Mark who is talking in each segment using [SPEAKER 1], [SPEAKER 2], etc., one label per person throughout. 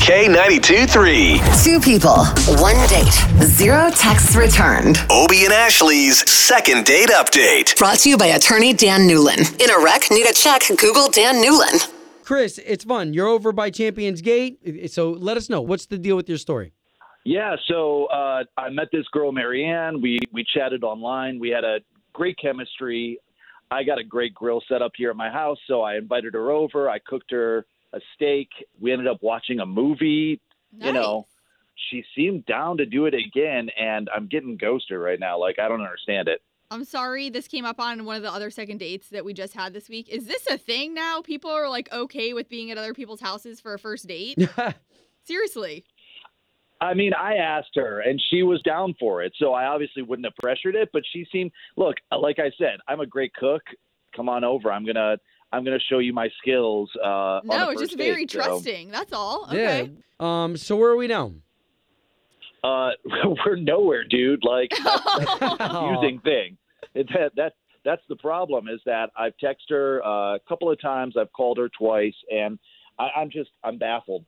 [SPEAKER 1] K92 3.
[SPEAKER 2] Two people, one date, zero texts returned.
[SPEAKER 1] Obie and Ashley's second date update.
[SPEAKER 2] Brought to you by attorney Dan Newlin. In a wreck, need a check, Google Dan Newlin.
[SPEAKER 3] Chris, it's fun. You're over by Champions Gate. I- So let us know. What's the deal with your story?
[SPEAKER 4] Yeah, so uh, I met this girl, Marianne. We we chatted online. We had a great chemistry. I got a great grill set up here at my house, so I invited her over. I cooked her a steak. We ended up watching a movie. You know, she seemed down to do it again, and I'm getting ghosted right now. Like I don't understand it.
[SPEAKER 5] I'm sorry this came up on one of the other second dates that we just had this week. Is this a thing now? People are like okay with being at other people's houses for a first date? Seriously.
[SPEAKER 4] I mean, I asked her and she was down for it. So I obviously wouldn't have pressured it, but she seemed, look, like I said, I'm a great cook. Come on over. I'm going to I'm going to show you my skills uh on a
[SPEAKER 5] No, it's
[SPEAKER 4] first
[SPEAKER 5] just very
[SPEAKER 4] date. So,
[SPEAKER 5] trusting. That's all. Okay.
[SPEAKER 3] Yeah. Um, so where are we now?
[SPEAKER 4] uh we're nowhere, dude. Like that's the
[SPEAKER 3] Aw.
[SPEAKER 4] confusing thing. It, that that that's the problem is that I've texted her uh, a couple of times, I've called her twice and I I'm just I'm baffled.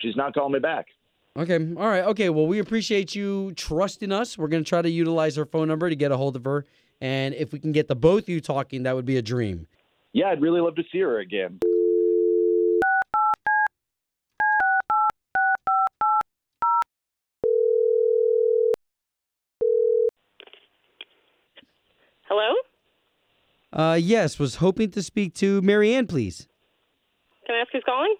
[SPEAKER 4] She's not calling me back.
[SPEAKER 3] Oh. Okay. All right. Okay. Well, we appreciate you trusting us. We're going to try to utilize her phone number to get a hold of her. And if we can get the both of you talking, that would be a dream.
[SPEAKER 4] Yeah, I'd really love to see her again.
[SPEAKER 6] Hello?
[SPEAKER 3] Uh, yes, was hoping to speak to Marianne, please.
[SPEAKER 6] Can I ask who's calling?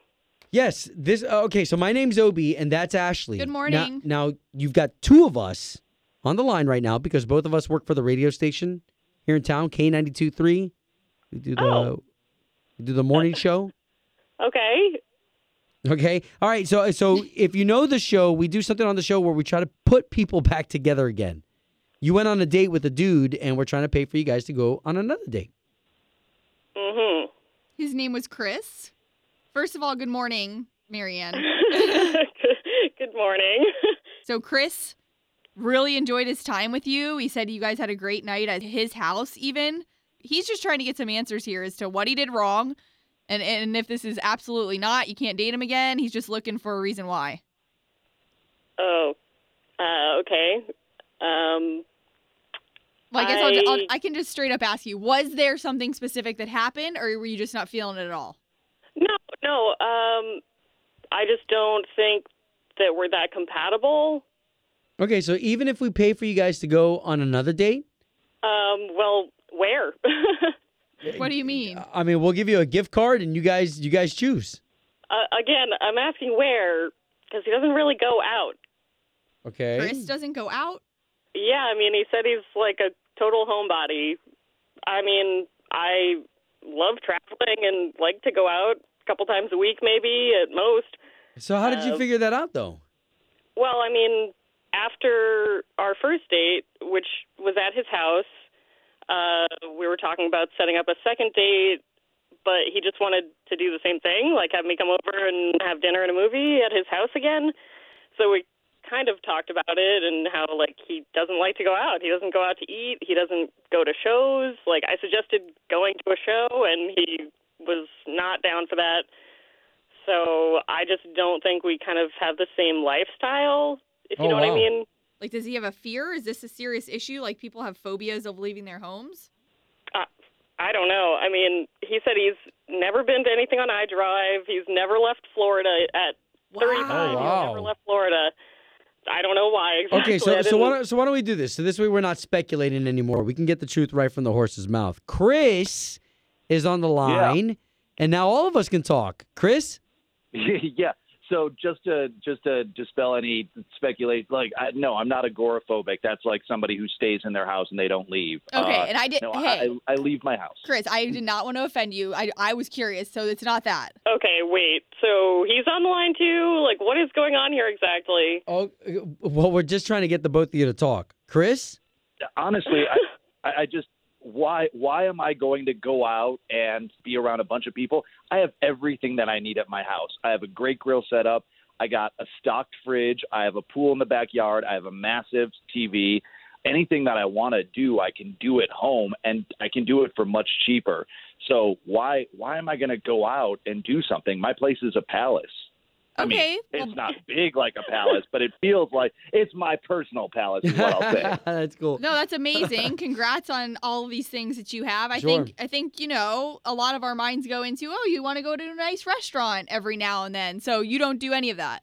[SPEAKER 3] Yes, this. uh, okay, so my name's Obi, and that's Ashley.
[SPEAKER 5] Good
[SPEAKER 3] Now-
[SPEAKER 5] morning.
[SPEAKER 3] Now, you've got two of us on the line right now because both of us work for the radio station here in town, K 923 We do the
[SPEAKER 6] Oh.
[SPEAKER 3] we do the morning show.
[SPEAKER 6] Okay.
[SPEAKER 3] Okay. All right. So so if you know the show, we do something on the show where we try to put people back together again. You went on a date with a dude, and we're trying to pay for you guys to go on another date.
[SPEAKER 6] Mm-hmm.
[SPEAKER 5] His name was Chris. First of all, good morning, Marianne.
[SPEAKER 6] Good morning.
[SPEAKER 5] So Chris really enjoyed his time with you. He said you guys had a great night at his house even. He's just trying to get some answers here as to what he did wrong and and if this is absolutely not, you can't date him again. He's just looking for a reason why.
[SPEAKER 6] Oh. Uh, okay. Um,
[SPEAKER 5] Well, I guess I... will I'll,
[SPEAKER 6] I-
[SPEAKER 5] I can just straight up ask you: Was there something specific that happened, or were you just not feeling it at all?
[SPEAKER 6] no, no. Um, I just don't think that we're that compatible.
[SPEAKER 3] Okay. So even if we pay for you guys to go on another date,
[SPEAKER 6] Um, well, where?
[SPEAKER 5] What do you mean?
[SPEAKER 3] I mean, we'll give you a gift card, and you guys you guys choose.
[SPEAKER 6] uh, again, I'm asking where because he doesn't really go out.
[SPEAKER 3] Okay.
[SPEAKER 5] Chris doesn't go out.
[SPEAKER 6] Yeah, I mean, he said he's like a total homebody. I mean, I love traveling and like to go out a couple times a week, maybe at most.
[SPEAKER 3] so how did you
[SPEAKER 6] uh,
[SPEAKER 3] figure that out, though?
[SPEAKER 6] Well, I mean, after our first date, which was at his house, uh, we were talking about setting up a second date, but he just wanted to do the same thing, like have me come over and have dinner and a movie at his house again. So we kind of talked about it and how like he doesn't like to go out. He doesn't go out to eat. He doesn't go to shows. Like I suggested going to a show and he was not down for that. So I just don't think we kind of have the same lifestyle, if you
[SPEAKER 3] Oh,
[SPEAKER 6] know what
[SPEAKER 3] wow.
[SPEAKER 6] I mean.
[SPEAKER 5] Like, does he have a fear? Is this a serious issue? Like, people have phobias of leaving their homes.
[SPEAKER 6] I don't know. I mean, he said he's never been to anything on iDrive. He's never left Florida at 35.
[SPEAKER 3] Oh,
[SPEAKER 6] He's
[SPEAKER 3] wow.
[SPEAKER 6] never left Florida. I don't know why exactly.
[SPEAKER 3] Okay, so
[SPEAKER 6] I
[SPEAKER 3] so why,
[SPEAKER 6] didn't-
[SPEAKER 3] don't, so why don't we do this? So this way we're not speculating anymore. We can get the truth right from the horse's mouth. Chris is on the line, and now all of us can talk. Chris,
[SPEAKER 5] Mm-hmm.
[SPEAKER 4] yeah. So just to just to dispel any speculation, like I, no, I'm not agoraphobic. That's like somebody who stays in their house and they don't leave.
[SPEAKER 5] Okay,
[SPEAKER 4] Uh,
[SPEAKER 5] and I did.
[SPEAKER 4] no,
[SPEAKER 5] hey,
[SPEAKER 4] I, I, I leave my house.
[SPEAKER 5] Chris, I did not want to offend you. I I was curious, so it's not that.
[SPEAKER 6] Okay, wait. So he's on the line too? Like, what is going on here exactly?
[SPEAKER 3] oh, well, we're just trying to get the both of you to talk. Chris,
[SPEAKER 4] Honestly, I, I I just why why am I going to go out and be around a bunch of people? I have everything that I need at my house. I have a great grill setup. I got a stocked fridge. I have a pool in the backyard. I have a massive TV. Anything that I want to do, I can do at home, and I can do it for much cheaper. So why why am I going to go out and do something? My place is a palace.
[SPEAKER 5] Okay.
[SPEAKER 4] I mean,
[SPEAKER 5] well,
[SPEAKER 4] it's not big like a palace, but it feels like it's my personal palace. Is what I'll say.
[SPEAKER 3] That's cool.
[SPEAKER 5] No, that's amazing. Congrats on all of these things that you have. I
[SPEAKER 3] Sure.
[SPEAKER 5] think I think, you know, a lot of our minds go into, "Oh, you want to go to a nice restaurant every now and then." So, you don't do any of that.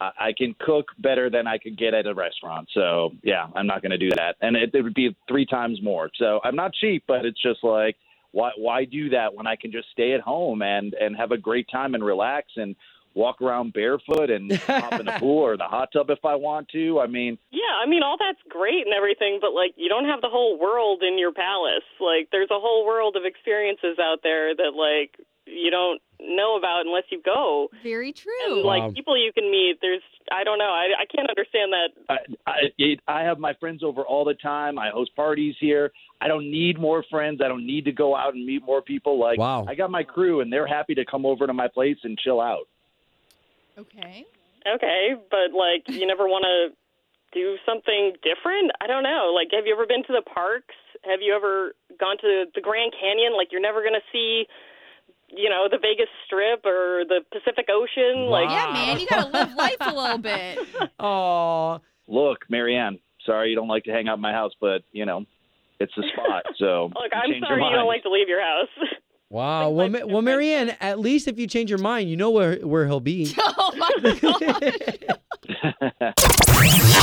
[SPEAKER 4] I, I can cook better than I could get at a restaurant. So yeah, I'm not going to do that, and it, it would be three times more. So I'm not cheap, but it's just like why why do that when I can just stay at home and and have a great time and relax and walk around barefoot and hop in the pool or the hot tub if I want to. I mean,
[SPEAKER 6] Yeah, I mean, all that's great and everything, but like, you don't have the whole world in your palace. Like, there's a whole world of experiences out there that like you don't know about unless you go.
[SPEAKER 5] Very true.
[SPEAKER 6] And
[SPEAKER 3] Wow.
[SPEAKER 6] like people you can meet. There's, I don't know, I I can't understand that.
[SPEAKER 4] I I, it, I have my friends over all the time. I host parties here. I don't need more friends. I don't need to go out and meet more people. Like
[SPEAKER 3] Wow.
[SPEAKER 4] I got my crew, and they're happy to come over to my place and chill out.
[SPEAKER 5] okay.
[SPEAKER 6] Okay, but like, you never want to do something different. I don't know. Like, have you ever been to the parks? Have you ever gone to the Grand Canyon? Like, you're never gonna see. You know, the Vegas Strip or the Pacific Ocean. Like,
[SPEAKER 5] Yeah, man, you got to live life a little bit.
[SPEAKER 3] Aw.
[SPEAKER 4] look, Marianne, sorry you don't like to hang out in my house, but you know, it's the spot. So
[SPEAKER 6] Look, I'm
[SPEAKER 4] change
[SPEAKER 6] sorry
[SPEAKER 4] your
[SPEAKER 6] you don't
[SPEAKER 4] mind.
[SPEAKER 6] like to leave your house.
[SPEAKER 3] Wow.
[SPEAKER 6] Like
[SPEAKER 3] Well,
[SPEAKER 6] my-
[SPEAKER 3] Ma- well, Marianne, at least if you change your mind, you know where where he'll be.
[SPEAKER 5] oh my god.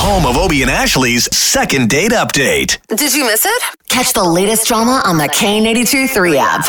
[SPEAKER 1] Home of Obie and Ashley's second date update.
[SPEAKER 2] Did you miss it? Catch the latest drama on the K82 3 app.